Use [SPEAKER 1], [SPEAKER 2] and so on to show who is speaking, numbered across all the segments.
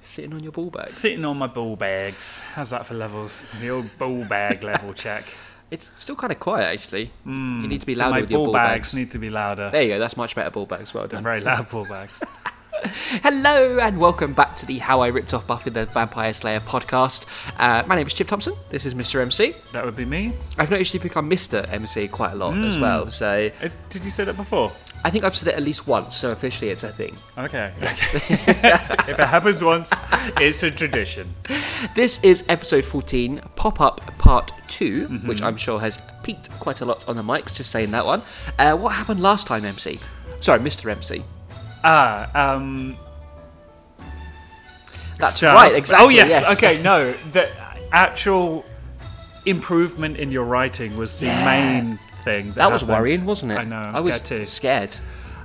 [SPEAKER 1] Sitting on your ball bag.
[SPEAKER 2] Sitting on my ball bags. How's that for levels? The old ball bag level check.
[SPEAKER 1] It's still kind of quiet, actually.
[SPEAKER 2] Mm.
[SPEAKER 1] You need to be
[SPEAKER 2] So
[SPEAKER 1] louder
[SPEAKER 2] my
[SPEAKER 1] with your
[SPEAKER 2] ball,
[SPEAKER 1] ball
[SPEAKER 2] bags,
[SPEAKER 1] bags.
[SPEAKER 2] need to be louder.
[SPEAKER 1] There you go. That's much better ball bags. Well
[SPEAKER 2] They're
[SPEAKER 1] done.
[SPEAKER 2] very loud ball bags.
[SPEAKER 1] Hello and welcome back to the How I Ripped Off Buffy the Vampire Slayer podcast. Uh, my name is Chip Thompson. This is Mr. MC.
[SPEAKER 2] that would be me.
[SPEAKER 1] I've noticed you become Mr. MC quite a lot as well. So
[SPEAKER 2] Uh, Did you say that before?
[SPEAKER 1] I think I've said it at least once. So officially, it's a thing.
[SPEAKER 2] Okay. okay. if it happens once, it's a tradition.
[SPEAKER 1] This is episode 14, Pop Up Part 2,
[SPEAKER 2] Mm-hmm.
[SPEAKER 1] which I'm sure has peaked quite a lot on the mics, just saying that one. Uh, what happened last time, MC? Sorry, Mr. MC.
[SPEAKER 2] Ah, um,
[SPEAKER 1] That's
[SPEAKER 2] stuff.
[SPEAKER 1] right, exactly.
[SPEAKER 2] Oh yes. Okay. No, the actual improvement in your writing was the
[SPEAKER 1] Yeah.
[SPEAKER 2] main thing. That,
[SPEAKER 1] That was
[SPEAKER 2] happened.
[SPEAKER 1] worrying, wasn't it?
[SPEAKER 2] I know. I'm
[SPEAKER 1] I was
[SPEAKER 2] scared too.
[SPEAKER 1] scared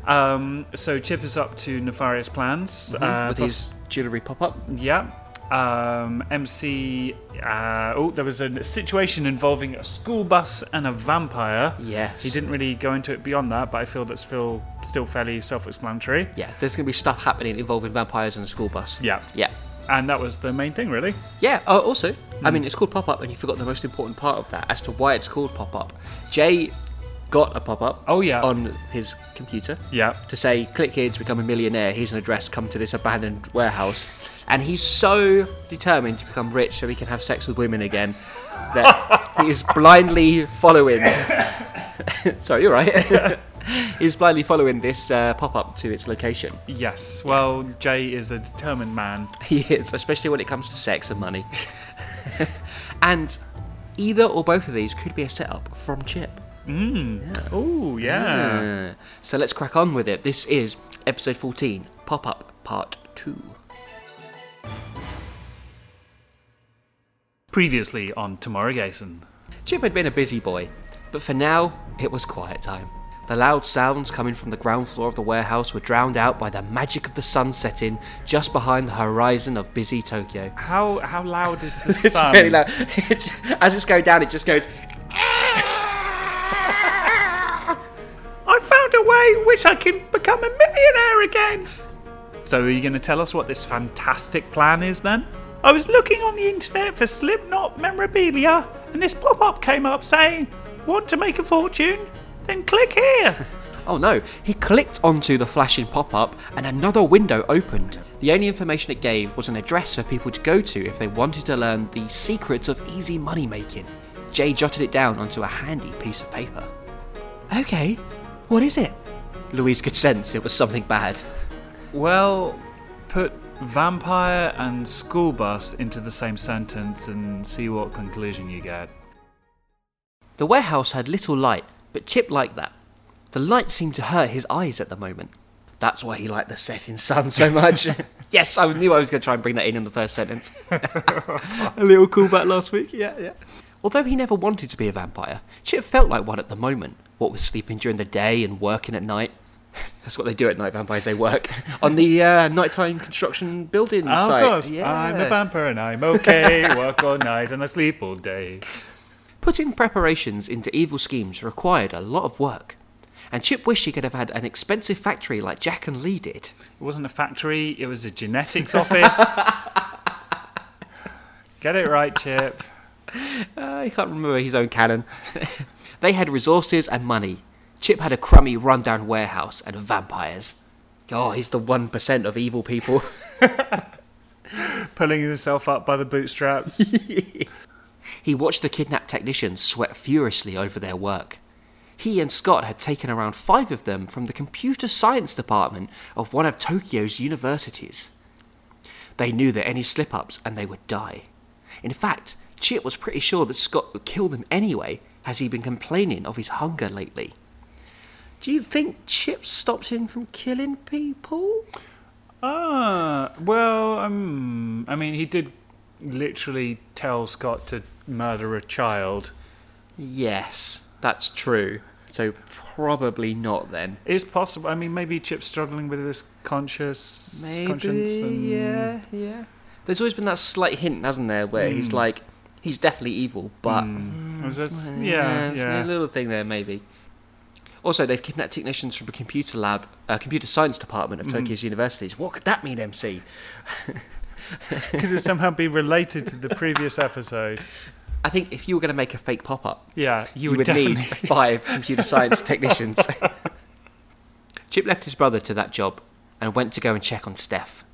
[SPEAKER 2] Um, so Chip is up to nefarious plans. Uh,
[SPEAKER 1] Mm-hmm. with his jewellery pop up.
[SPEAKER 2] Yeah. Um, MC. Uh, oh, there was a situation involving a school bus and a vampire.
[SPEAKER 1] Yes.
[SPEAKER 2] He didn't really go into it beyond that, but I feel that's still still fairly self-explanatory.
[SPEAKER 1] Yeah, there's going to be stuff happening involving vampires and a school bus.
[SPEAKER 2] Yeah.
[SPEAKER 1] Yeah.
[SPEAKER 2] And that was the main thing, really.
[SPEAKER 1] Yeah, uh, also,
[SPEAKER 2] Hmm.
[SPEAKER 1] I mean, it's called Pop Up, and you forgot the most important part of that as to why it's called Pop Up. Jay got a pop up
[SPEAKER 2] Oh, yeah.
[SPEAKER 1] on his computer.
[SPEAKER 2] Yeah.
[SPEAKER 1] to say, click here to become a millionaire. Here's an address. Come to this abandoned warehouse. And he's so determined to become rich so he can have sex with women again that he is blindly following. Sorry, you're right. he's blindly following this uh, pop up to its location.
[SPEAKER 2] Yes. Well, Jay is a determined man.
[SPEAKER 1] He is, especially when it comes to sex and money. and either or both of these could be a setup from Chip.
[SPEAKER 2] Oh yeah.
[SPEAKER 1] Uh, so let's crack on with it. This is episode 14, Pop Up Part 2.
[SPEAKER 2] Previously on Tomorrow Gason.
[SPEAKER 1] Chip had been a busy boy, but for now, it was quiet time. The loud sounds coming from the ground floor of the warehouse were drowned out by the magic of the sun setting just behind the horizon of busy Tokyo.
[SPEAKER 2] How how loud is the
[SPEAKER 1] It's
[SPEAKER 2] sun?
[SPEAKER 1] very loud. It's- As it's going down, it just goes.
[SPEAKER 2] I found a way in which I can become a millionaire again. So, are you going to tell us what this fantastic plan is then? I was looking on the internet for Slipknot memorabilia, and this pop up came up saying, Want to make a fortune? Then click here.
[SPEAKER 1] Oh no, he clicked onto the flashing pop up and another window opened. The only information it gave was an address for people to go to if they wanted to learn the secrets of easy money making. Jay jotted it down onto a handy piece of paper. Okay, what is it? Louise could sense it was something bad.
[SPEAKER 2] well, put vampire and school bus into the same sentence and see what conclusion you get.
[SPEAKER 1] The warehouse had little light, but Chip liked that. The light seemed to hurt his eyes at the moment. That's why he liked the setting sun so much. yes, I knew I was going to try and bring that in in the first sentence. a little callback last week, yeah, yeah. Although he never wanted to be a vampire, Chip felt like one at the moment. What with sleeping during the day and working at night. That's what they do at night, vampires, they work. On the uh, nighttime construction building
[SPEAKER 2] Oh,
[SPEAKER 1] site.
[SPEAKER 2] of course,
[SPEAKER 1] Yeah.
[SPEAKER 2] I'm a vampire and I'm okay. Work all night and I sleep all day.
[SPEAKER 1] Putting preparations into evil schemes required a lot of work, and Chip wished he could have had an expensive factory like Jack and Lee did.
[SPEAKER 2] It wasn't a factory, it was a genetics office. Get it right, Chip.
[SPEAKER 1] Uh, he can't remember his own canon. they had resources and money. Chip had a crummy, rundown warehouse and vampires. Oh, he's the 1% of evil people.
[SPEAKER 2] Pulling himself up by the bootstraps.
[SPEAKER 1] He watched the kidnapped technicians sweat furiously over their work. He and Scott had taken around five of them from the computer science department of one of Tokyo's universities. They knew that any slip ups and they would die. In fact, Chip was pretty sure that Scott would kill them anyway, as he'd been complaining of his hunger lately. Do you think Chip stopped him from killing people?
[SPEAKER 2] ah, well, um, I mean, he did literally tell Scott to murder a child.
[SPEAKER 1] Yes, that's true. So probably not then.
[SPEAKER 2] It's possible. I mean, maybe Chip's struggling with his conscious conscience. And
[SPEAKER 1] yeah, yeah. There's always been that slight hint, hasn't there, where
[SPEAKER 2] Hmm.
[SPEAKER 1] he's like, he's definitely evil, but
[SPEAKER 2] Was this-
[SPEAKER 1] Mm,
[SPEAKER 2] yeah,
[SPEAKER 1] there's a
[SPEAKER 2] Hmm. yeah.
[SPEAKER 1] little thing there maybe. Also, they've kidnapped technicians from the
[SPEAKER 2] Hmm.
[SPEAKER 1] computer lab, uh, computer science department of Tokyo's universities. What could that mean, MC?
[SPEAKER 2] Could it somehow be related to the previous episode?
[SPEAKER 1] I think if you were going to make a fake pop up,
[SPEAKER 2] Yeah,
[SPEAKER 1] you,
[SPEAKER 2] you, would,
[SPEAKER 1] would
[SPEAKER 2] definitely.
[SPEAKER 1] need five computer science technicians. Chip left his brother to that job and went to go and check on Steph.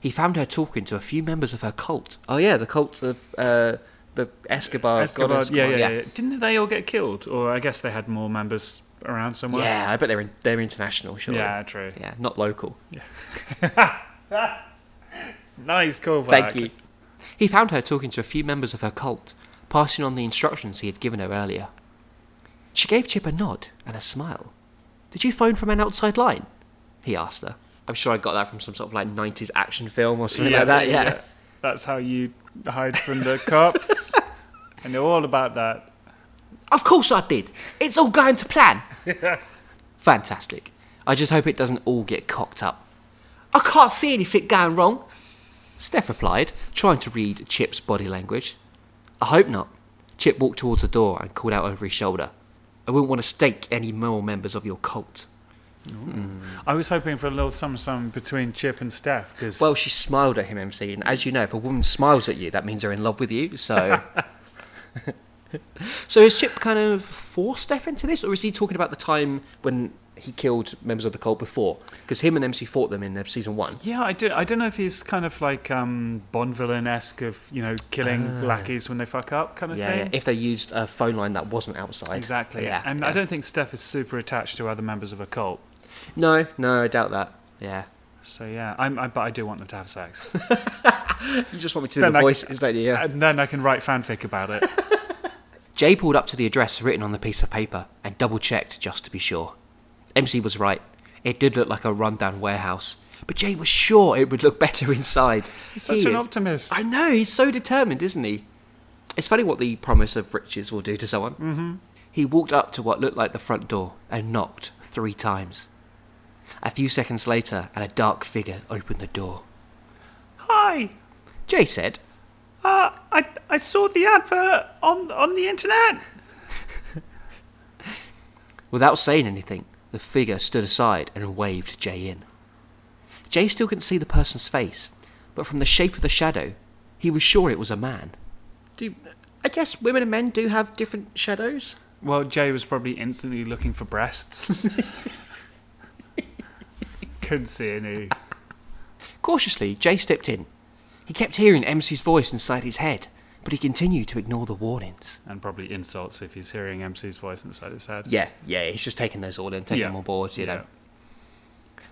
[SPEAKER 1] He found her talking to a few members of her cult. Oh yeah, the cult of uh, the Escobar.
[SPEAKER 2] Escobar,
[SPEAKER 1] God,
[SPEAKER 2] yeah, yeah, yeah, Didn't they all get killed? Or I guess they had more members around somewhere.
[SPEAKER 1] Yeah, I bet they're in, they're international, sure.
[SPEAKER 2] Yeah, true.
[SPEAKER 1] yeah, not local.
[SPEAKER 2] Nice callback.
[SPEAKER 1] Thank you. He found her talking to a few members of her cult, passing on the instructions he had given her earlier. She gave Chip a nod and a smile. Did you phone from an outside line? He asked her. I'm sure I got that from some sort of like 90s action film or something like that, yeah.
[SPEAKER 2] That's how you hide from the cops. I know all about that.
[SPEAKER 1] Of course I did. It's all going to plan. Fantastic. I just hope it doesn't all get cocked up. I can't see anything going wrong. Steph replied, trying to read Chip's body language. I hope not. Chip walked towards the door and called out over his shoulder. I wouldn't want to stake any more members of your cult.
[SPEAKER 2] I was hoping for a little sum sum between Chip and Steph because
[SPEAKER 1] Well, she smiled at him, MC, and as you know, if a woman smiles at you, that means they're in love with you, so. so is Chip kind of forced Steph into this, or is he talking about the time when he killed members of the cult before? Because him and MC fought them in uh, season one.
[SPEAKER 2] yeah, I do. I don't know if he's kind of like um, Bond villain esque of you know killing lackeys when they fuck up kind of
[SPEAKER 1] Ah. Yeah,
[SPEAKER 2] thing.
[SPEAKER 1] yeah, if they used a phone line that wasn't outside.
[SPEAKER 2] Exactly.
[SPEAKER 1] Yeah.
[SPEAKER 2] and
[SPEAKER 1] yeah.
[SPEAKER 2] I don't think Steph is super attached to other members of a cult.
[SPEAKER 1] No, no, I doubt that. Yeah.
[SPEAKER 2] So yeah, I'm, I, but I do want them to have sex,
[SPEAKER 1] You just want me to do
[SPEAKER 2] Then
[SPEAKER 1] the
[SPEAKER 2] I-
[SPEAKER 1] voice, is that yeah?
[SPEAKER 2] and then I can write fanfic about it.
[SPEAKER 1] Jay pulled up to the address written on the piece of paper and double checked just to be sure. MC was right. It did look like a rundown warehouse, but Jay was sure it would look better inside.
[SPEAKER 2] Such
[SPEAKER 1] He
[SPEAKER 2] an
[SPEAKER 1] is-
[SPEAKER 2] optimist.
[SPEAKER 1] I know, he's so determined, isn't he? It's funny what the promise of riches will do to someone. Mm-hmm. He walked up to what looked like the front door and knocked three times. A few seconds later, and a dark figure opened the door.
[SPEAKER 2] Hi,
[SPEAKER 1] Jay said,
[SPEAKER 2] uh, I I saw the advert on on the internet.
[SPEAKER 1] Without saying anything, the figure stood aside and waved Jay in. Jay still couldn't see the person's face, but from the shape of the shadow, he was sure it was a man. Do I guess women and men do have different shadows?
[SPEAKER 2] Well, Jay was probably instantly looking for breasts. Couldn't see any.
[SPEAKER 1] Cautiously, Jay stepped in. He kept hearing MC's voice inside his head, but he continued to ignore the warnings.
[SPEAKER 2] And probably insults if he's hearing MC's voice inside his head.
[SPEAKER 1] Yeah, yeah, he's just taking those all in, taking
[SPEAKER 2] Yeah.
[SPEAKER 1] them on board, you
[SPEAKER 2] Yeah.
[SPEAKER 1] know.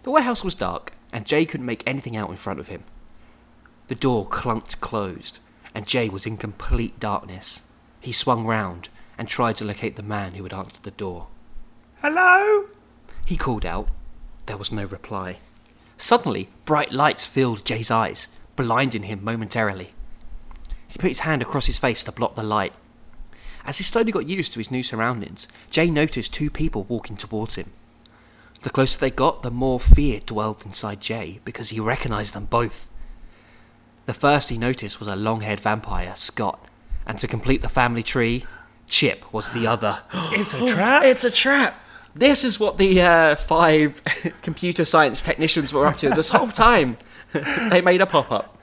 [SPEAKER 1] The warehouse was dark, and Jay couldn't make anything out in front of him. The door clunked closed, and Jay was in complete darkness. He swung round and tried to locate the man who had answered the door.
[SPEAKER 2] Hello?
[SPEAKER 1] He called out. There was no reply. Suddenly, bright lights filled Jay's eyes, blinding him momentarily. He put his hand across his face to block the light. As he slowly got used to his new surroundings, Jay noticed two people walking towards him. The closer they got, the more fear dwelled inside Jay because he recognized them both. The first he noticed was a long haired vampire, Scott, and to complete the family tree, Chip was the other.
[SPEAKER 2] It's a trap.
[SPEAKER 1] Oh, It's a trap. This is what the uh, five computer science technicians were up to this whole time. they made a pop up.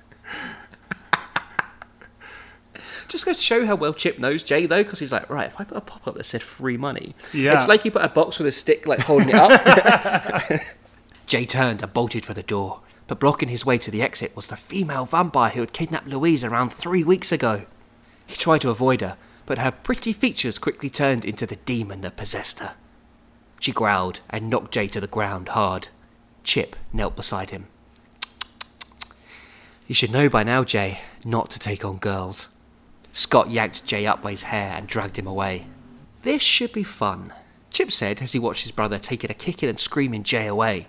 [SPEAKER 1] Just goes to show how well Chip knows Jay though, because he's like, right, if I put a pop up that said free money,
[SPEAKER 2] Yeah.
[SPEAKER 1] it's like you put a box with a stick like holding it up. Jay turned and bolted for the door, but blocking his way to the exit was the female vampire who had kidnapped Louise around three weeks ago. He tried to avoid her, but her pretty features quickly turned into the demon that possessed her. She growled and knocked Jay to the ground hard. Chip knelt beside him. You should know by now, Jay, not to take on girls. Scott yanked Jay up by his hair and dragged him away. This should be fun, Chip said as he watched his brother taking a kicking and screaming Jay away.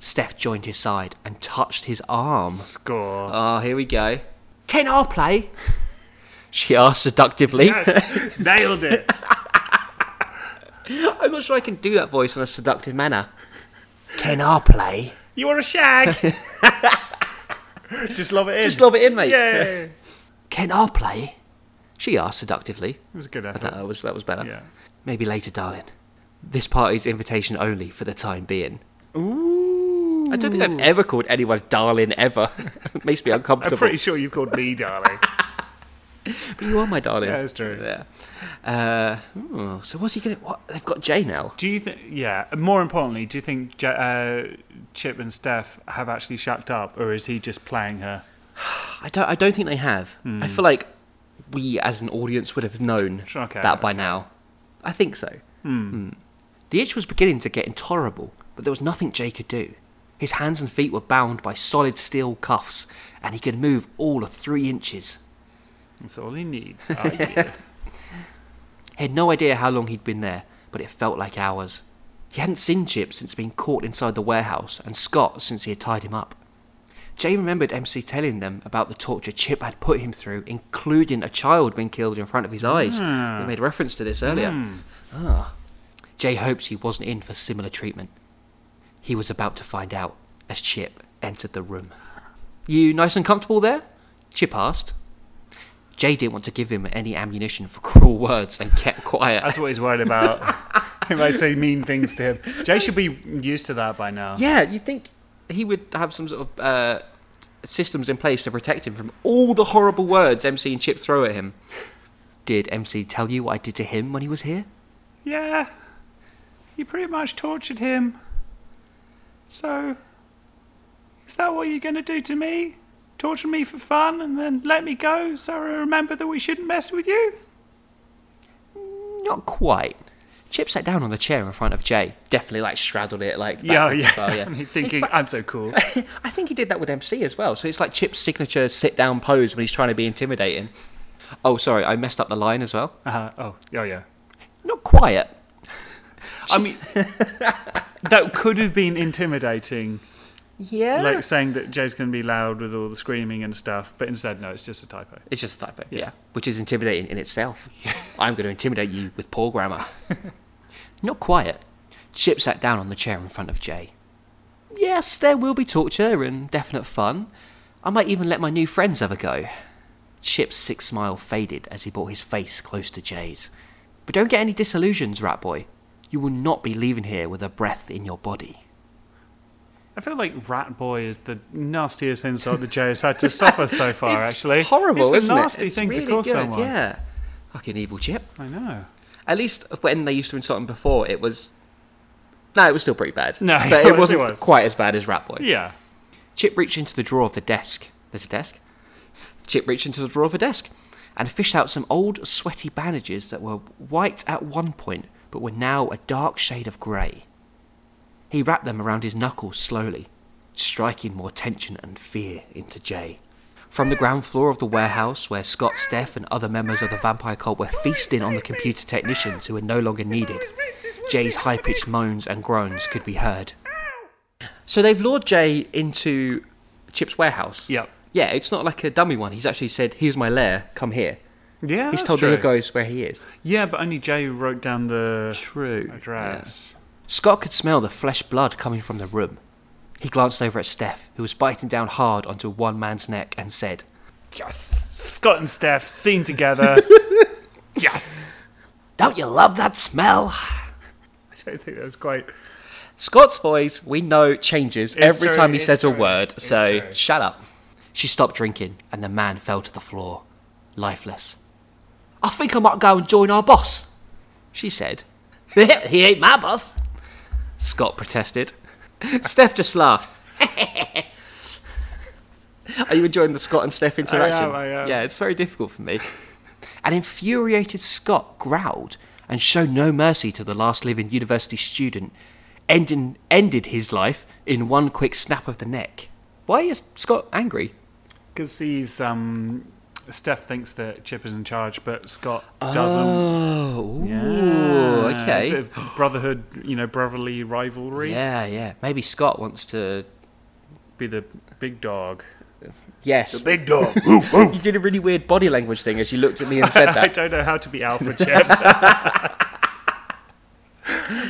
[SPEAKER 1] Steph joined his side and touched his arm.
[SPEAKER 2] Score.
[SPEAKER 1] Ah, here we go. Can I play? She asked seductively.
[SPEAKER 2] Yes, Nailed it.
[SPEAKER 1] I'm not sure I can do that voice in a seductive manner. Can I play?
[SPEAKER 2] You want a shag? Just love it in.
[SPEAKER 1] Just lob it in, mate.
[SPEAKER 2] Yeah. It
[SPEAKER 1] Can I play? She asked seductively.
[SPEAKER 2] was a good effort.
[SPEAKER 1] That was that was better.
[SPEAKER 2] Yeah.
[SPEAKER 1] Maybe later, darling. This party's invitation only for the time being.
[SPEAKER 2] Ooh.
[SPEAKER 1] I don't think I've ever called anyone darling ever. it makes me uncomfortable.
[SPEAKER 2] I'm pretty sure you called me darling.
[SPEAKER 1] But you are my darling.
[SPEAKER 2] Yeah, that's true.
[SPEAKER 1] Yeah. Uh, ooh, so what's he gonna? What they've got Jay now?
[SPEAKER 2] Do you think? Yeah. and More importantly, do you think Je- uh, Chip and Steph have actually shacked up, or is he just playing her?
[SPEAKER 1] I don't. I don't think they have.
[SPEAKER 2] Hmm.
[SPEAKER 1] I feel like we, as an audience, would have known
[SPEAKER 2] Sure, okay,
[SPEAKER 1] that by now. I think so. Hmm. The itch was beginning to get intolerable, but there was nothing Jay could do. His hands and feet were bound by solid steel cuffs, and he could move all of three inches.
[SPEAKER 2] That's all he needs. are you?
[SPEAKER 1] He had no idea how long he'd been there, but it felt like hours. He hadn't seen Chip since being caught inside the warehouse, and Scott since he had tied him up. Jay remembered MC telling them about the torture Chip had put him through, including a child being killed in front of his eyes. We made reference to this earlier. Ah. Jay hoped he wasn't in for similar treatment. He was about to find out as Chip entered the room. You nice and comfortable there? Chip asked. Jay didn't want to give him any ammunition for cruel words and kept quiet.
[SPEAKER 2] That's what he's worried about. if I say mean things to him, Jay should be used to that by now.
[SPEAKER 1] Yeah, you'd think he would have some sort of uh, systems in place to protect him from all the horrible words MC and Chip throw at him. Did MC tell you what I did to him when he was here?
[SPEAKER 2] Yeah. You pretty much tortured him. So, is that what you're going to do to me? Torture me for fun and then let me go so I remember that we shouldn't mess with you?
[SPEAKER 1] Not quite. Chip sat down on the chair in front of Jay, definitely like straddled it, like
[SPEAKER 2] Yeah,
[SPEAKER 1] backwards
[SPEAKER 2] yeah,
[SPEAKER 1] style,
[SPEAKER 2] definitely thinking I'm so cool.
[SPEAKER 1] I think he did that with MC as well. So it's like Chip's signature sit-down pose when he's trying to be intimidating. Oh, sorry, I messed up the line as well.
[SPEAKER 2] Uh-huh. Oh, yeah, yeah.
[SPEAKER 1] Not quiet.
[SPEAKER 2] I mean, that could have been intimidating,
[SPEAKER 1] Yeah.
[SPEAKER 2] like saying that Jay's going to be loud with all the screaming and stuff. But instead, no, it's just a typo.
[SPEAKER 1] It's just a typo, yeah. Which is intimidating in itself. I'm going to intimidate you with poor grammar. Not quiet. Chip sat down on the chair in front of Jay. Yes, there will be torture and definite fun. I might even let my new friends have a go. Chip's sick smile faded as he brought his face close to Jay's. But don't get any disillusions, rat boy. You will not be leaving here with a breath in your body.
[SPEAKER 2] I feel like Rat Boy is the nastiest insult that Jay has had to suffer so far.
[SPEAKER 1] It's
[SPEAKER 2] actually,
[SPEAKER 1] horrible,
[SPEAKER 2] it's a
[SPEAKER 1] isn't
[SPEAKER 2] nasty
[SPEAKER 1] it? It's
[SPEAKER 2] thing
[SPEAKER 1] really
[SPEAKER 2] to call
[SPEAKER 1] good,
[SPEAKER 2] someone.
[SPEAKER 1] Yeah, fucking evil Chip.
[SPEAKER 2] I know.
[SPEAKER 1] At least when they used to insult him before, it was. No, it was still pretty bad.
[SPEAKER 2] No, it
[SPEAKER 1] but
[SPEAKER 2] was-
[SPEAKER 1] it
[SPEAKER 2] it
[SPEAKER 1] wasn't
[SPEAKER 2] was.
[SPEAKER 1] quite as bad as Rat Boy.
[SPEAKER 2] Yeah,
[SPEAKER 1] Chip reached into the drawer of the desk. There's a desk. Chip reached into the drawer of a desk and fished out some old, sweaty bandages that were white at one point but were now a dark shade of grey. He wrapped them around his knuckles slowly, striking more tension and fear into Jay. From the ground floor of the warehouse, where Scott, Steph, and other members of the vampire cult were feasting on the computer technicians who were no longer needed, Jay's high pitched moans and groans could be heard. So they've lured Jay into Chip's warehouse.
[SPEAKER 2] Yep.
[SPEAKER 1] Yeah, it's not like a dummy one. He's actually said, "Here's my lair. Come here."
[SPEAKER 2] yeah.
[SPEAKER 1] He's
[SPEAKER 2] Oh, that's
[SPEAKER 1] told
[SPEAKER 2] true.
[SPEAKER 1] the guys where he is.
[SPEAKER 2] Yeah, but only Jay wrote down the
[SPEAKER 1] True.
[SPEAKER 2] address.
[SPEAKER 1] Scott could smell the flesh blood coming from the room. He glanced over at Steph, who was biting down hard onto one man's neck, and said,
[SPEAKER 2] Yes, Scott and Steph seen together. yes,
[SPEAKER 1] "Don't you love that smell?"
[SPEAKER 2] I don't think that was quite.
[SPEAKER 1] Scott's voice, we know, changes every
[SPEAKER 2] true,
[SPEAKER 1] time he
[SPEAKER 2] it's
[SPEAKER 1] says a
[SPEAKER 2] true,
[SPEAKER 1] word,
[SPEAKER 2] it's
[SPEAKER 1] so
[SPEAKER 2] true.
[SPEAKER 1] shut up. She stopped drinking, and the man fell to the floor, lifeless. I think I might go and join our boss, she said. he ain't my boss, Scott protested. Steph just laughed. Are you enjoying the Scott and Steph interaction?
[SPEAKER 2] I am.
[SPEAKER 1] Yeah, it's very difficult for me. An infuriated Scott growled and showed no mercy to the last living university student, ending, ended his life in one quick snap of the neck. Why is Scott angry?
[SPEAKER 2] Because he's um, Steph thinks that Chip is in charge, but Scott doesn't.
[SPEAKER 1] Oh,
[SPEAKER 2] Yeah.
[SPEAKER 1] ooh,
[SPEAKER 2] A
[SPEAKER 1] okay.
[SPEAKER 2] bit of brotherhood, you know, brotherly rivalry.
[SPEAKER 1] Yeah, yeah. Maybe Scott wants to.
[SPEAKER 2] Be the big dog.
[SPEAKER 1] Yes.
[SPEAKER 2] Big dog.
[SPEAKER 1] You did a really weird body language thing as you looked at me and said
[SPEAKER 2] I
[SPEAKER 1] that.
[SPEAKER 2] don't know how to be alpha Chip.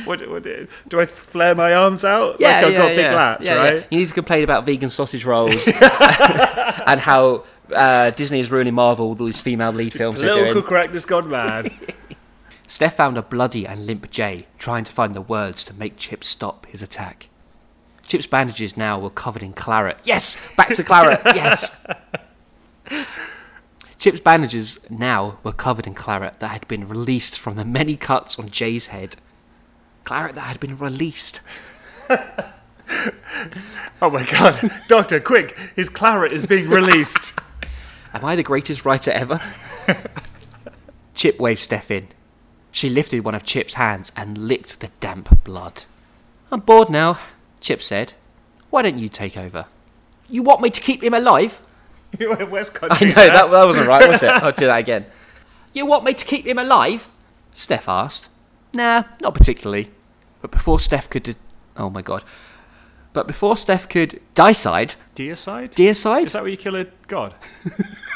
[SPEAKER 2] what, what, do I flare my arms out? like I've got big lats,
[SPEAKER 1] Yeah, yeah.
[SPEAKER 2] right?
[SPEAKER 1] You need to complain about vegan sausage rolls and how uh, Disney is ruining Marvel with all these female lead films they're doing.
[SPEAKER 2] Political correctness gone mad.
[SPEAKER 1] Steph found a bloody and limp Jay trying to find the words to make Chip stop his attack. Chip's bandages now were covered in claret. Yes, back to claret. yes. Chip's bandages now were covered in claret that had been released from the many cuts on Jay's head. Claret that had been released.
[SPEAKER 2] Oh my god. Doctor, quick! His claret is being released.
[SPEAKER 1] Am I the greatest writer ever? Chip waved Steph in. She lifted one of Chip's hands and licked the damp blood. I'm bored now, Chip said. Why don't you take over? You want me to keep him alive?
[SPEAKER 2] you were in West
[SPEAKER 1] I
[SPEAKER 2] Country.
[SPEAKER 1] know, that, that wasn't right, was it? I'll do that again. You want me to keep him alive? Steph asked. Nah, not particularly. But before Steph could. De- oh my god. But before Steph could. Dicide?
[SPEAKER 2] Deicide?
[SPEAKER 1] Deicide?
[SPEAKER 2] is that where you kill a god?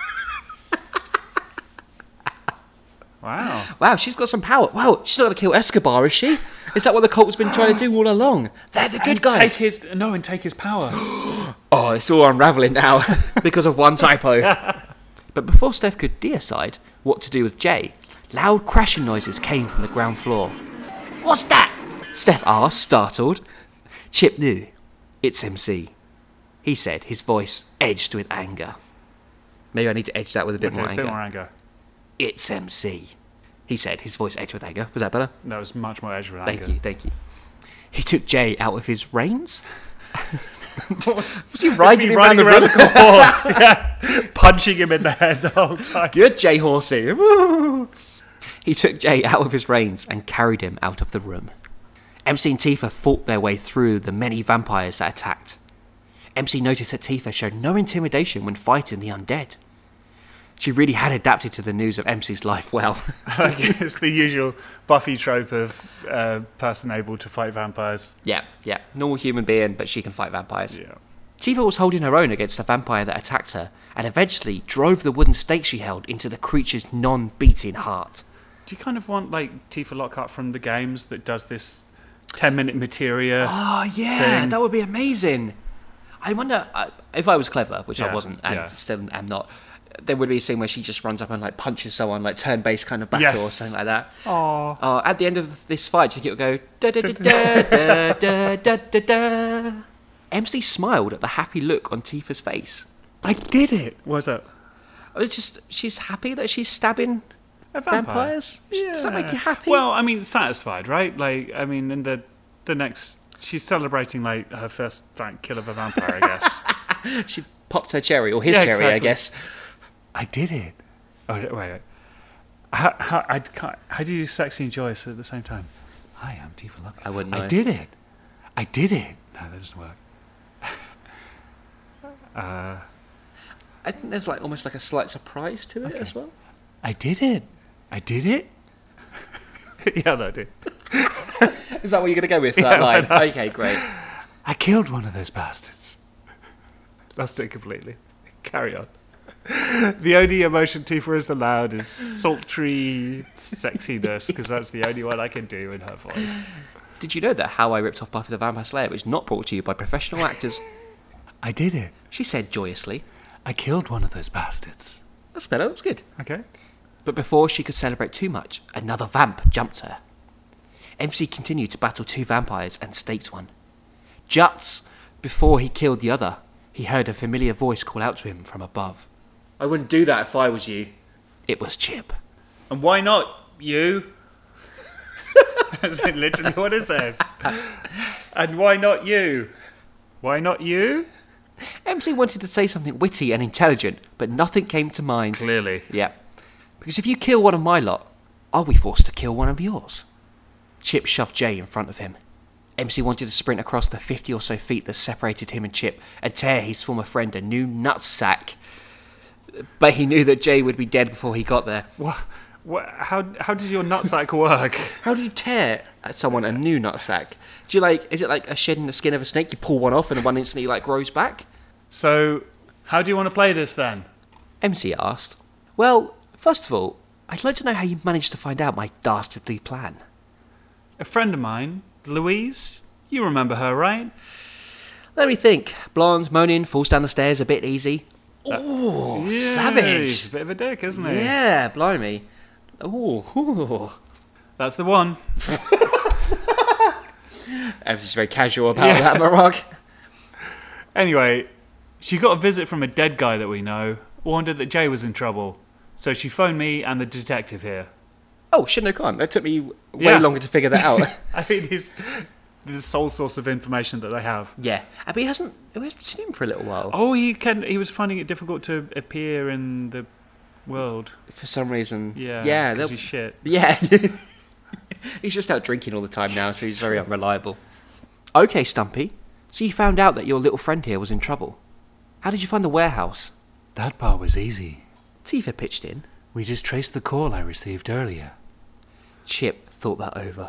[SPEAKER 2] wow.
[SPEAKER 1] Wow, she's got some power. Wow, she's not going to kill Escobar, is she? Is that what the cult's been trying to do all along? They're the good
[SPEAKER 2] And
[SPEAKER 1] guys.
[SPEAKER 2] Take his no, and take his power.
[SPEAKER 1] Oh, it's all unraveling now because of one typo. but before Steph could decide what to do with Jay, loud crashing noises came from the ground floor. What's that? Steph asked, startled. Chip knew. It's MC. He said, his voice edged with anger. Maybe I need to edge that with a bit
[SPEAKER 2] Okay,
[SPEAKER 1] more
[SPEAKER 2] a
[SPEAKER 1] anger.
[SPEAKER 2] bit more anger.
[SPEAKER 1] It's MC. He said, his voice edged with anger. Was that better?
[SPEAKER 2] That was much more edge with anger.
[SPEAKER 1] Thank you, thank you. He took Jay out of his reins. was he riding
[SPEAKER 2] Me
[SPEAKER 1] him around
[SPEAKER 2] riding
[SPEAKER 1] the
[SPEAKER 2] around
[SPEAKER 1] room?
[SPEAKER 2] the horse, yeah, punching him in the head the whole time.
[SPEAKER 1] Good Jay Horsey. Woo! He took Jay out of his reins and carried him out of the room. MC and Tifa fought their way through the many vampires that attacked. MC noticed that Tifa showed no intimidation when fighting the undead. She really had adapted to the news of MC's life well.
[SPEAKER 2] Like, it's the usual Buffy trope of uh, person able to fight vampires.
[SPEAKER 1] yeah, yeah. Normal human being, but she can fight vampires.
[SPEAKER 2] Yeah.
[SPEAKER 1] Tifa was holding her own against the vampire that attacked her and eventually drove the wooden stake she held into the creature's non beating heart.
[SPEAKER 2] Do you kind of want like Tifa Lockhart from the games that does this ten-minute materia?
[SPEAKER 1] Oh yeah,
[SPEAKER 2] thing.
[SPEAKER 1] that would be amazing. I wonder I, if I was clever, which I
[SPEAKER 2] Yeah,
[SPEAKER 1] wasn't, and
[SPEAKER 2] yeah.
[SPEAKER 1] still am not. There would be a scene where she just runs up and like punches someone, like turn-based kind of battle or
[SPEAKER 2] Yes.
[SPEAKER 1] something like that.
[SPEAKER 2] Aw.
[SPEAKER 1] Uh, at the end of this fight, do you think it would go da da da da da da da da? MC smiled at the happy look on Tifa's face.
[SPEAKER 2] I did it. Was it
[SPEAKER 1] It's just she's happy that she's stabbing
[SPEAKER 2] a vampire?
[SPEAKER 1] vampires. Does that make you
[SPEAKER 2] Yeah.
[SPEAKER 1] happy?
[SPEAKER 2] Well, I mean, satisfied, right? Like, I mean, in the the next, she's celebrating like her first like kill of a vampire, I guess.
[SPEAKER 1] she popped her cherry or his
[SPEAKER 2] Yeah,
[SPEAKER 1] cherry, I
[SPEAKER 2] exactly.
[SPEAKER 1] guess.
[SPEAKER 2] I did it. Oh wait, wait. How, how, I can't, how do you do sexy and joyous at the same time? Hi, I'm Tifa Lockhart.
[SPEAKER 1] I wouldn't know.
[SPEAKER 2] I did it. I did it. No, that doesn't work.
[SPEAKER 1] I think there's like almost like a slight surprise to it as well.
[SPEAKER 2] I did it. I did it. yeah, that did.
[SPEAKER 1] Is that what you're going to go with for that
[SPEAKER 2] Yeah, why
[SPEAKER 1] line? Okay, great.
[SPEAKER 2] I killed one of those bastards. Lost it completely. Carry on. The only emotion Tifa is allowed is sultry sexiness, because that's the only one I can do in her voice.
[SPEAKER 1] Did you know that How I Ripped Off Buffy the Vampire Slayer is not brought to you by professional actors?
[SPEAKER 2] I did it.
[SPEAKER 1] she said joyously.
[SPEAKER 2] I killed one of those bastards.
[SPEAKER 1] That's better, that was good.
[SPEAKER 2] Okay.
[SPEAKER 1] But before she could celebrate too much, another vamp jumped her. MC continued to battle two vampires and staked one. Juts, before he killed the other, he heard a familiar voice call out to him from above. I wouldn't do that if I was you. It was Chip.
[SPEAKER 2] And why not you? That's literally what it says. and why not you? Why not you?
[SPEAKER 1] MC wanted to say something witty and intelligent, but nothing came to mind.
[SPEAKER 2] Clearly.
[SPEAKER 1] Yeah. Because if you kill one of my lot, I'll be forced to kill one of yours. Chip shoved Jay in front of him. MC wanted to sprint across the 50 or so feet that separated him and Chip and tear his former friend a new nutsack. But he knew that Jay would be dead before he got there.
[SPEAKER 2] What, how, how does your nutsack work?
[SPEAKER 1] How do you tear at someone a new nutsack? Do you like, is it like a shedding the skin of a snake? You pull one off and the one instantly like grows back?
[SPEAKER 2] so, how do you want to play this then?
[SPEAKER 1] MC asked. Well, first of all, I'd like to know how you managed to find out my dastardly plan.
[SPEAKER 2] A friend of mine, Louise, you remember her, right?
[SPEAKER 1] Let me think. Blonde, moaning, falls down the stairs a bit easy. Oh,
[SPEAKER 2] Yeah,
[SPEAKER 1] savage.
[SPEAKER 2] he's a bit of a dick, isn't he?
[SPEAKER 1] Yeah, blimey. Oh,
[SPEAKER 2] That's the one.
[SPEAKER 1] MC is very casual about
[SPEAKER 2] Yeah.
[SPEAKER 1] that, Marog.
[SPEAKER 2] Anyway, she got a visit from a dead guy that we know, warned her that Jay was in trouble. So she phoned me and the detective here.
[SPEAKER 1] Oh, shit, no crime. That took me way
[SPEAKER 2] Yeah.
[SPEAKER 1] longer to figure that out.
[SPEAKER 2] I mean, he's the sole source of information that they have.
[SPEAKER 1] yeah. Uh, But he hasn't, we haven't seen him for a little while.
[SPEAKER 2] Oh, he can. He was finding it difficult to appear in the world.
[SPEAKER 1] Oh, For some reason.
[SPEAKER 2] Yeah,
[SPEAKER 1] Yeah.
[SPEAKER 2] 'cause
[SPEAKER 1] that-
[SPEAKER 2] he's shit.
[SPEAKER 1] Yeah. he's just out drinking all the time now, so he's very unreliable. Okay, Stumpy. So you found out that your little friend here was in trouble. How did you find the warehouse?
[SPEAKER 2] That part was easy.
[SPEAKER 1] Tifa pitched in.
[SPEAKER 2] We just traced the call I received earlier.
[SPEAKER 1] Chip thought that over.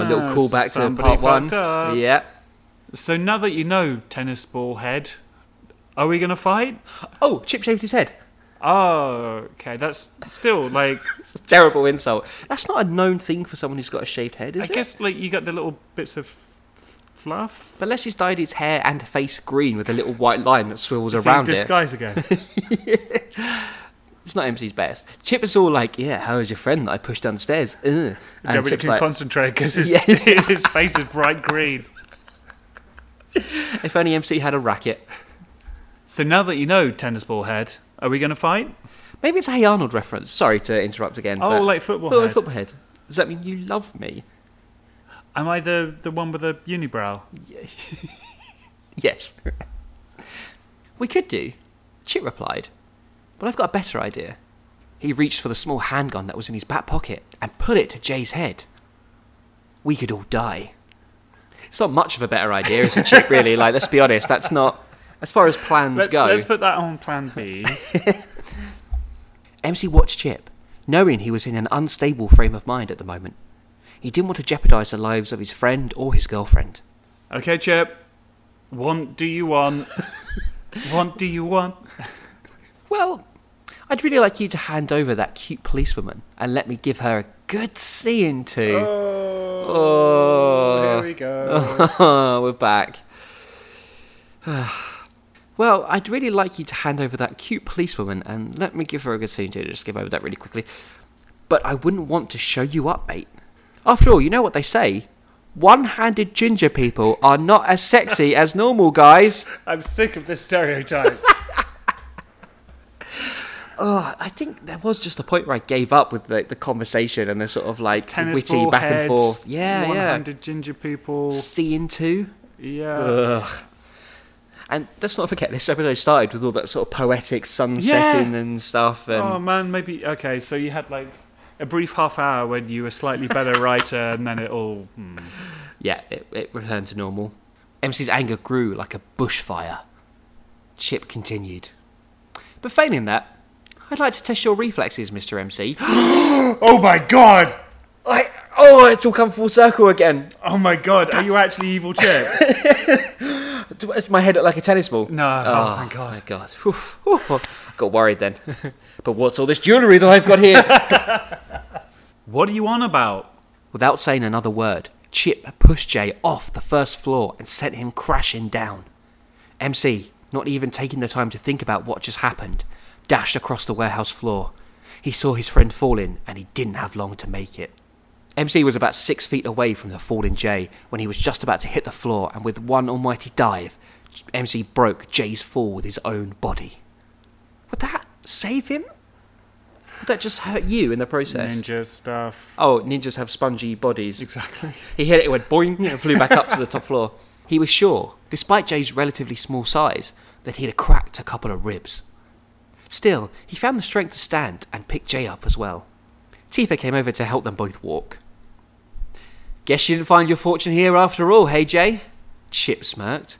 [SPEAKER 1] Oh, a little callback to
[SPEAKER 2] somebody
[SPEAKER 1] part one.
[SPEAKER 2] fucked up.
[SPEAKER 1] Yeah.
[SPEAKER 2] So now that you know, tennis ball head, are we gonna fight?
[SPEAKER 1] Oh, Chip shaved his head.
[SPEAKER 2] Oh, okay. That's still like
[SPEAKER 1] It's a terrible insult. That's not a known thing for someone who's got a shaved head, is
[SPEAKER 2] I
[SPEAKER 1] it?
[SPEAKER 2] guess like you got the little bits of f- fluff.
[SPEAKER 1] But Unless he's dyed his hair and face green with a little white line that swivels
[SPEAKER 2] It's in
[SPEAKER 1] around it.
[SPEAKER 2] disguise again.
[SPEAKER 1] It's not MC's best. Chip is all like, "Yeah, how was your friend that I pushed downstairs?" Ugh. And
[SPEAKER 2] Nobody
[SPEAKER 1] Chip's
[SPEAKER 2] can
[SPEAKER 1] like,
[SPEAKER 2] concentrate because his, his face is bright green.
[SPEAKER 1] "If only MC had a racket."
[SPEAKER 2] So now that you know tennis ball head, are we gonna fight?
[SPEAKER 1] Maybe it's a Hey Arnold reference. Sorry to interrupt again.
[SPEAKER 2] Oh,
[SPEAKER 1] but
[SPEAKER 2] like football
[SPEAKER 1] Football-
[SPEAKER 2] head.
[SPEAKER 1] football head. Does that mean you love me?
[SPEAKER 2] Am I the the one with the unibrow?
[SPEAKER 1] Yes. we could do, Chip replied. But I've got a better idea. He reached for the small handgun that was in his back pocket and put it to Jay's head. We could all die. It's not much of a better idea, is it, Chip, really? Like, let's be honest, that's not. As far as plans
[SPEAKER 2] Let's
[SPEAKER 1] go.
[SPEAKER 2] let's put that on plan B.
[SPEAKER 1] MC watched Chip, knowing he was in an unstable frame of mind at the moment. He didn't want to jeopardize the lives of his friend or his girlfriend.
[SPEAKER 2] Okay, Chip. What do you want? what do you want?
[SPEAKER 1] Well, I'd really like you to hand over that cute policewoman and let me give her a good seeing to.
[SPEAKER 2] Oh, here we go.
[SPEAKER 1] We're back. well, I'd really like you to hand over that cute policewoman and let me give her a good seeing to. Just give over that really quickly. But I wouldn't want to show you up, mate. After all, you know what they say. One-handed ginger people are not as sexy as normal guys.
[SPEAKER 2] I'm sick of this stereotype.
[SPEAKER 1] Oh, I think there was just a point where I gave up with the, the conversation and the sort of like
[SPEAKER 2] Tennis
[SPEAKER 1] witty
[SPEAKER 2] ball
[SPEAKER 1] back
[SPEAKER 2] heads,
[SPEAKER 1] and forth. Yeah, yeah.
[SPEAKER 2] one-handed ginger people.
[SPEAKER 1] Seeing two.
[SPEAKER 2] Yeah.
[SPEAKER 1] Ugh. And let's not forget this episode started with all that sort of poetic
[SPEAKER 2] Yeah.
[SPEAKER 1] sunsetting and stuff. And
[SPEAKER 2] oh man, maybe okay. So you had like a brief half hour when you were slightly better writer, and then it all. hmm.
[SPEAKER 1] yeah, it, it returned to normal. MC's anger grew like a bushfire. Chip continued. But failing that, I'd like to test your reflexes, Mr. MC.
[SPEAKER 2] Oh my god!
[SPEAKER 1] I, oh, it's all come full circle again.
[SPEAKER 2] Oh my god! Are you actually evil, Chip?
[SPEAKER 1] It's my head look like a tennis ball.
[SPEAKER 2] No, oh, thank God.
[SPEAKER 1] My God. Oof, oof, I got worried then. but what's all this jewellery that I've got here?
[SPEAKER 2] What are you on about?
[SPEAKER 1] Without saying another word, Chip pushed Jay off the first floor and sent him crashing down. MC, not even taking the time to think about what just happened, dashed across the warehouse floor. He saw his friend fall in, and he didn't have long to make it. MC was about six feet away from the falling Jay when he was just about to hit the floor, and with one almighty dive, MC broke Jay's fall with his own body. Would that save him? Would that just hurt you in the process?
[SPEAKER 2] Ninja stuff.
[SPEAKER 1] Oh, ninjas have spongy bodies.
[SPEAKER 2] Exactly.
[SPEAKER 1] He hit it, it went boing, and flew back up to the top floor. He was sure, despite Jay's relatively small size, that he'd cracked a couple of ribs. Still, he found the strength to stand and pick Jay up as well. Tifa came over to help them both walk. Guess you didn't find your fortune here after all, hey Jay? Chip smirked.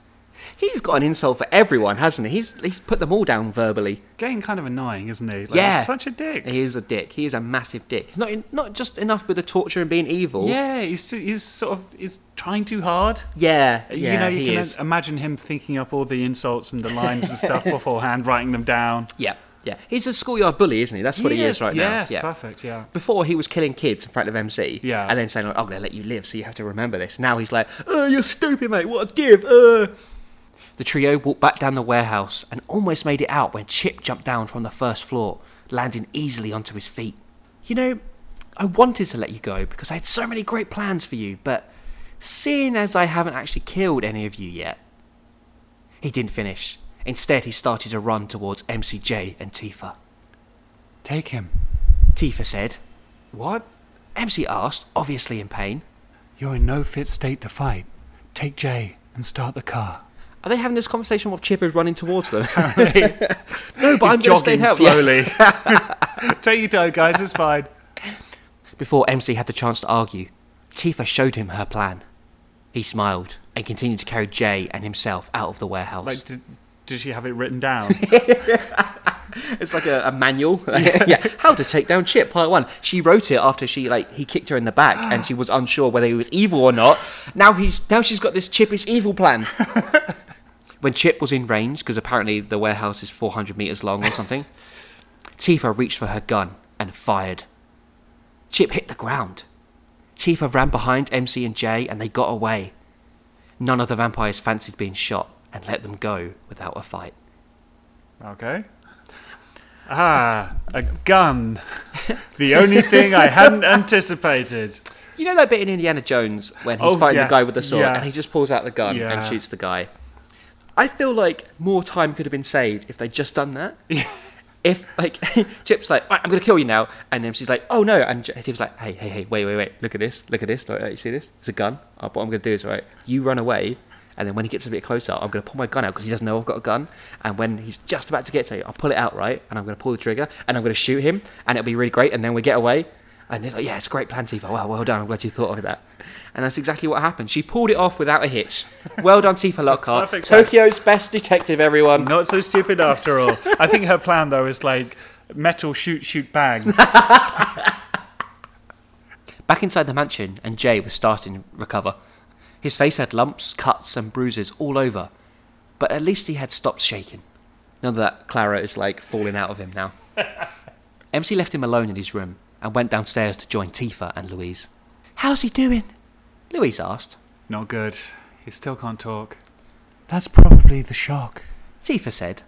[SPEAKER 1] He's got an insult for everyone, hasn't he? He's, he's put them all down verbally.
[SPEAKER 2] Getting kind of annoying, isn't he? Like,
[SPEAKER 1] Yeah.
[SPEAKER 2] he's such a dick.
[SPEAKER 1] He is a dick. He is a massive dick. He's not, in, not just enough with the torture and being evil.
[SPEAKER 2] Yeah, he's too, he's sort of he's trying too hard.
[SPEAKER 1] Yeah, yeah
[SPEAKER 2] you know,
[SPEAKER 1] he
[SPEAKER 2] you can
[SPEAKER 1] is.
[SPEAKER 2] im- imagine him thinking up all the insults and the lines and stuff beforehand, writing them down.
[SPEAKER 1] Yeah, yeah. He's a schoolyard bully, isn't he? That's what he is right now.
[SPEAKER 2] Yes,
[SPEAKER 1] yeah.
[SPEAKER 2] perfect. Yeah.
[SPEAKER 1] Before he was killing kids in front of MC,
[SPEAKER 2] Yeah.
[SPEAKER 1] and then saying, like, "I'm gonna let you live, so you have to remember this." Now he's like, "Oh, you're stupid, mate. What a give!" Uh. The trio walked back down the warehouse and almost made it out when Chip jumped down from the first floor, landing easily onto his feet. You know, I wanted to let you go because I had so many great plans for you, but seeing as I haven't actually killed any of you yet, He didn't finish. Instead, he started to run towards MCJ and Tifa.
[SPEAKER 2] Take him.
[SPEAKER 1] Tifa said.
[SPEAKER 2] What?
[SPEAKER 1] MC asked, obviously in pain.
[SPEAKER 3] You're in no fit state to fight. Take Jay and start the car.
[SPEAKER 1] Are they having this conversation while Chip is running towards them? no, but I'm going to stay in
[SPEAKER 2] Jogging
[SPEAKER 1] help. Yeah.
[SPEAKER 2] slowly. Take your time, guys. It's fine.
[SPEAKER 1] Before MC had the chance to argue, Tifa showed him her plan. He smiled and continued to carry Jay and himself out of the warehouse.
[SPEAKER 2] Like, did, did she have it written down?
[SPEAKER 1] It's like a, a manual. yeah, how to take down Chip, part one. She wrote it after she like he kicked her in the back, and she was unsure whether he was evil or not. Now he's now she's got this Chip is evil plan. when Chip was in range, because apparently the warehouse is 400 meters long or something, Tifa reached for her gun and fired. Chip hit the ground. Tifa ran behind MC and Jay, and they got away. None of the vampires fancied being shot and let them go without a fight.
[SPEAKER 2] Okay. Ah, a gun. The only thing I hadn't anticipated.
[SPEAKER 1] You know that bit in Indiana Jones when he's
[SPEAKER 2] Oh,
[SPEAKER 1] fighting
[SPEAKER 2] yes,
[SPEAKER 1] the guy with the sword
[SPEAKER 2] yeah.
[SPEAKER 1] and he just pulls out the gun
[SPEAKER 2] Yeah.
[SPEAKER 1] and shoots the guy? I feel like more time could have been saved if they'd just done that. if, like, Chip's like, "Right, I'm going to kill you now. And then she's like, oh no. And J- Chip's like, hey, hey, hey, wait, wait, wait. Look at this. Look at this. Like, like, you see this? It's a gun. Uh, what I'm going to do is, right, you run away. And then when he gets a bit closer, I'm going to pull my gun out because he doesn't know I've got a gun. And when he's just about to get to you, I'll pull it out, right? And I'm going to pull the trigger and I'm going to shoot him. And it'll be really great. And then we get away. And they're like, yeah, it's a great plan, Tifa. Wow, well done. I'm glad you thought of that. And that's exactly what happened. She pulled it off without a hitch. Well done, Tifa Lockhart.
[SPEAKER 2] Perfect.
[SPEAKER 1] Tokyo's best detective, everyone.
[SPEAKER 2] Not so stupid after all. I think her plan, though, is like metal shoot, shoot, bang.
[SPEAKER 1] Back inside the mansion, and Jay was starting to recover. His face had lumps, cuts, and bruises all over, but at least he had stopped shaking. None of that Clara is like falling out of him now. MC left him alone in his room and went downstairs to join Tifa and Louise. How's he doing? Louise asked.
[SPEAKER 2] Not good. He still can't talk.
[SPEAKER 3] That's probably the shock.
[SPEAKER 1] Tifa said.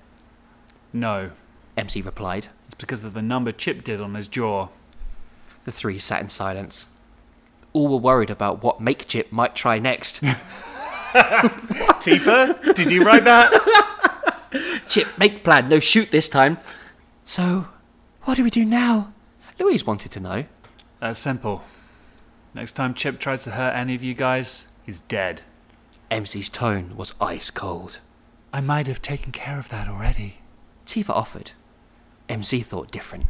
[SPEAKER 2] No.
[SPEAKER 1] MC replied.
[SPEAKER 2] It's because of the number Chip did on his jaw.
[SPEAKER 1] The three sat in silence. All were worried about what Make Chip might try next.
[SPEAKER 2] Tifa, did you write that?
[SPEAKER 1] Chip, make plan, no shoot this time. So, what do we do now? Louise wanted to know.
[SPEAKER 2] That's simple. Next time Chip tries to hurt any of you guys, he's dead.
[SPEAKER 1] MC's tone was ice cold.
[SPEAKER 3] I might have taken care of that already.
[SPEAKER 1] Tifa offered. MC thought different.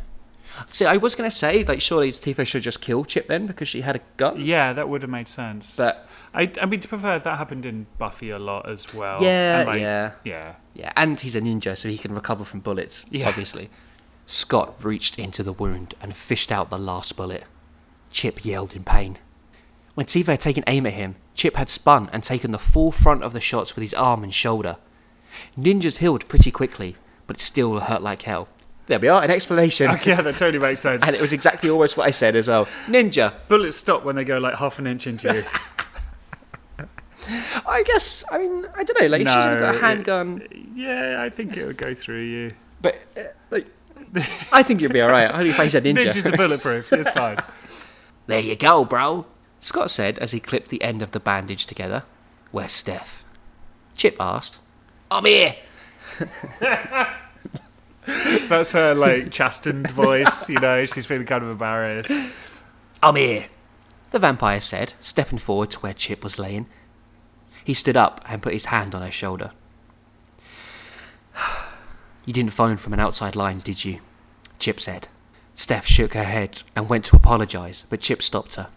[SPEAKER 1] See, I was going to say, like, surely Tifa should just kill Chip then because she had a gun.
[SPEAKER 2] Yeah, that would have made sense.
[SPEAKER 1] But,
[SPEAKER 2] I, I mean, to be fair, that happened in Buffy a lot as well.
[SPEAKER 1] Yeah,
[SPEAKER 2] And, like,
[SPEAKER 1] yeah.
[SPEAKER 2] Yeah.
[SPEAKER 1] yeah, and he's a ninja, so he can recover from bullets,
[SPEAKER 2] Yeah.
[SPEAKER 1] obviously. Scott reached into the wound and fished out the last bullet. Chip yelled in pain. When Tifa had taken aim at him, Chip had spun and taken the full front of the shots with his arm and shoulder. Ninjas healed pretty quickly, but it still hurt like hell. There we are, an explanation.
[SPEAKER 2] Okay, yeah, that totally makes sense.
[SPEAKER 1] And it was exactly almost what I said as well. Ninja.
[SPEAKER 2] Bullets stop when they go like half an inch into you.
[SPEAKER 1] I guess, I mean, I don't know, like, if she's
[SPEAKER 2] No,
[SPEAKER 1] only got a
[SPEAKER 2] it-
[SPEAKER 1] handgun.
[SPEAKER 2] yeah, I think it would go through you.
[SPEAKER 1] But, uh, like, I think you'd be alright. Only if I said ninja.
[SPEAKER 2] Ninjas are bulletproof. It's fine.
[SPEAKER 1] There you go, bro, Scott said as he clipped the end of the bandage together. Where's Steph? Chip asked. I'm here.
[SPEAKER 2] That's her like chastened voice. You know, she's feeling kind of embarrassed.
[SPEAKER 1] I'm here. The vampire said, stepping forward to where Chip was laying. He stood up and put his hand on her shoulder. You didn't phone from an outside line, did you? Chip said. Steph shook her head and went to apologize, but Chip stopped her.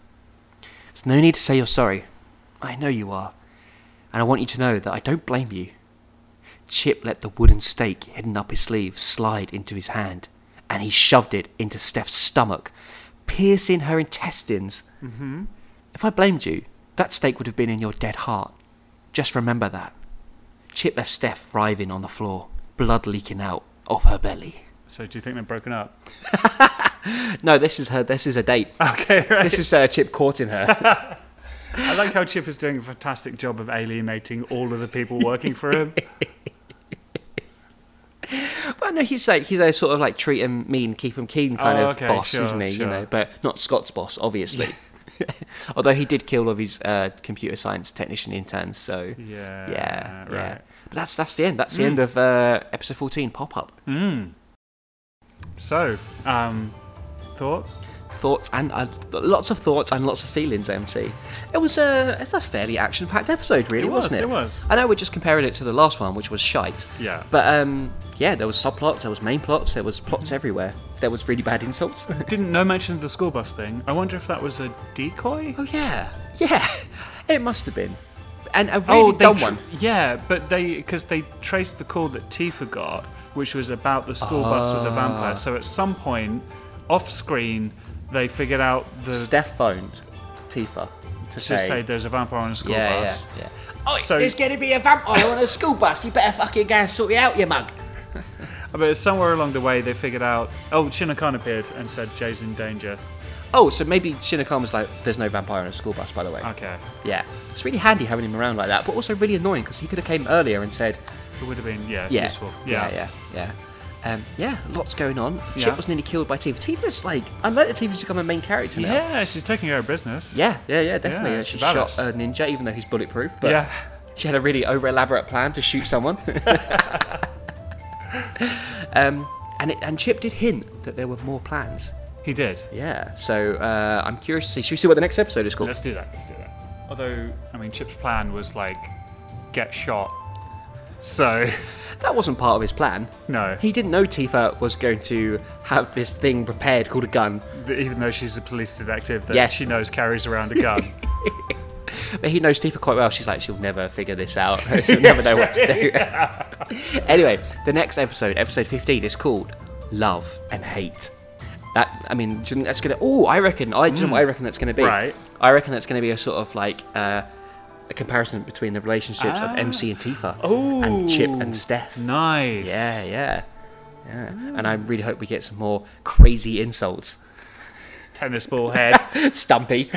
[SPEAKER 1] There's no need to say you're sorry. I know you are. And I want you to know that I don't blame you. Chip let the wooden stake hidden up his sleeve slide into his hand, and he shoved it into Steph's stomach, piercing her intestines. Mm-hmm. If I blamed you, that stake would have been in your dead heart. Just remember that. Chip left Steph writhing on the floor, blood leaking out of her belly.
[SPEAKER 2] So, do you think they're broken up?
[SPEAKER 1] No, this is her. This is a date.
[SPEAKER 2] Okay, right.
[SPEAKER 1] This is uh, Chip courting her.
[SPEAKER 2] I like how Chip is doing a fantastic job of alienating all of the people working for him.
[SPEAKER 1] well, no, he's like he's a sort of like treat him mean, keep him keen kind
[SPEAKER 2] Oh,
[SPEAKER 1] of
[SPEAKER 2] okay,
[SPEAKER 1] boss,
[SPEAKER 2] sure,
[SPEAKER 1] isn't he?
[SPEAKER 2] sure.
[SPEAKER 1] You know, but not Scott's boss, obviously. Although he did kill all of his uh, computer science technician interns, so
[SPEAKER 2] Yeah.
[SPEAKER 1] yeah, yeah.
[SPEAKER 2] Right. Hmm.
[SPEAKER 1] But that's that's the end. That's the end of uh, episode fourteen. Pop up
[SPEAKER 2] So, um, thoughts?
[SPEAKER 1] thoughts and uh, lots of thoughts and lots of feelings. MC. It was a it's a fairly action packed episode, really,
[SPEAKER 2] It was,
[SPEAKER 1] not it?
[SPEAKER 2] it was.
[SPEAKER 1] I know we're just comparing it to the last one, which was shite.
[SPEAKER 2] Yeah.
[SPEAKER 1] But um, yeah, there was subplots, there was main plots, there was plots everywhere. There was really bad insults.
[SPEAKER 2] Didn't no mention of the school bus thing. I wonder if that was a decoy.
[SPEAKER 1] oh yeah, Oh, yeah, it must have been, and a really dumb
[SPEAKER 2] Oh, tr-
[SPEAKER 1] one.
[SPEAKER 2] Yeah, but they because they traced the call that Tifa got, which was about the school bus with the vampire. So at some point, off screen, they figured out the
[SPEAKER 1] Steph phoned Tifa to
[SPEAKER 2] to say there's a vampire on a school
[SPEAKER 1] yeah, yeah,
[SPEAKER 2] bus.
[SPEAKER 1] yeah. Oh,
[SPEAKER 2] So-
[SPEAKER 1] there's going to be a vampire on a school bus. You better fucking go and sort it out, you mug.
[SPEAKER 2] But somewhere along the way, they figured out. Oh, Shinnokan appeared and said Jay's in danger.
[SPEAKER 1] Oh, so maybe Shinnokan was like, "There's no vampire on a school bus," by the way.
[SPEAKER 2] Okay,
[SPEAKER 1] yeah, it's really handy having him around like that, but also really annoying because he could have came earlier and said,
[SPEAKER 2] it would have been yeah,
[SPEAKER 1] yeah,
[SPEAKER 2] useful.
[SPEAKER 1] yeah, yeah, yeah. Um, yeah, lots going on.
[SPEAKER 2] Yeah.
[SPEAKER 1] Chip was nearly killed by Tifa. Tifa's like, I like that Tifa's become a main character now.
[SPEAKER 2] Yeah, she's taking care of business.
[SPEAKER 1] yeah, yeah, yeah, definitely.
[SPEAKER 2] Yeah,
[SPEAKER 1] she
[SPEAKER 2] she's
[SPEAKER 1] shot a
[SPEAKER 2] badass.
[SPEAKER 1] ninja, even though he's bulletproof. But
[SPEAKER 2] yeah.
[SPEAKER 1] she had a really over elaborate plan to shoot someone. um, and it, and Chip did hint that there were more plans.
[SPEAKER 2] He did.
[SPEAKER 1] Yeah, so uh, I'm curious to see. Should we see what the next episode is called?
[SPEAKER 2] Let's do that. Let's do that. Although, I mean, Chip's plan was like get shot. So
[SPEAKER 1] That wasn't part of his plan.
[SPEAKER 2] no,
[SPEAKER 1] He didn't know Tifa was going to have this thing prepared called a gun,
[SPEAKER 2] even though she's a police detective that
[SPEAKER 1] Yes.
[SPEAKER 2] she knows carries around a gun.
[SPEAKER 1] but he knows Tifa quite well. She's like, she'll never figure this out. she'll never know what to do. anyway, the next episode, episode 15, is called Love and Hate. That I mean, do you think that's gonna. Oh, I reckon. I do you know what I reckon that's gonna be.
[SPEAKER 2] Mm. Right.
[SPEAKER 1] I reckon that's gonna be a sort of like uh, a comparison between the relationships of MC and Tifa, and Chip
[SPEAKER 2] Ah. Ooh.
[SPEAKER 1] and Steph.
[SPEAKER 2] nice.
[SPEAKER 1] Yeah, yeah. Yeah. And I really hope we get some more crazy insults.
[SPEAKER 2] Tennis ball head.
[SPEAKER 1] Stumpy.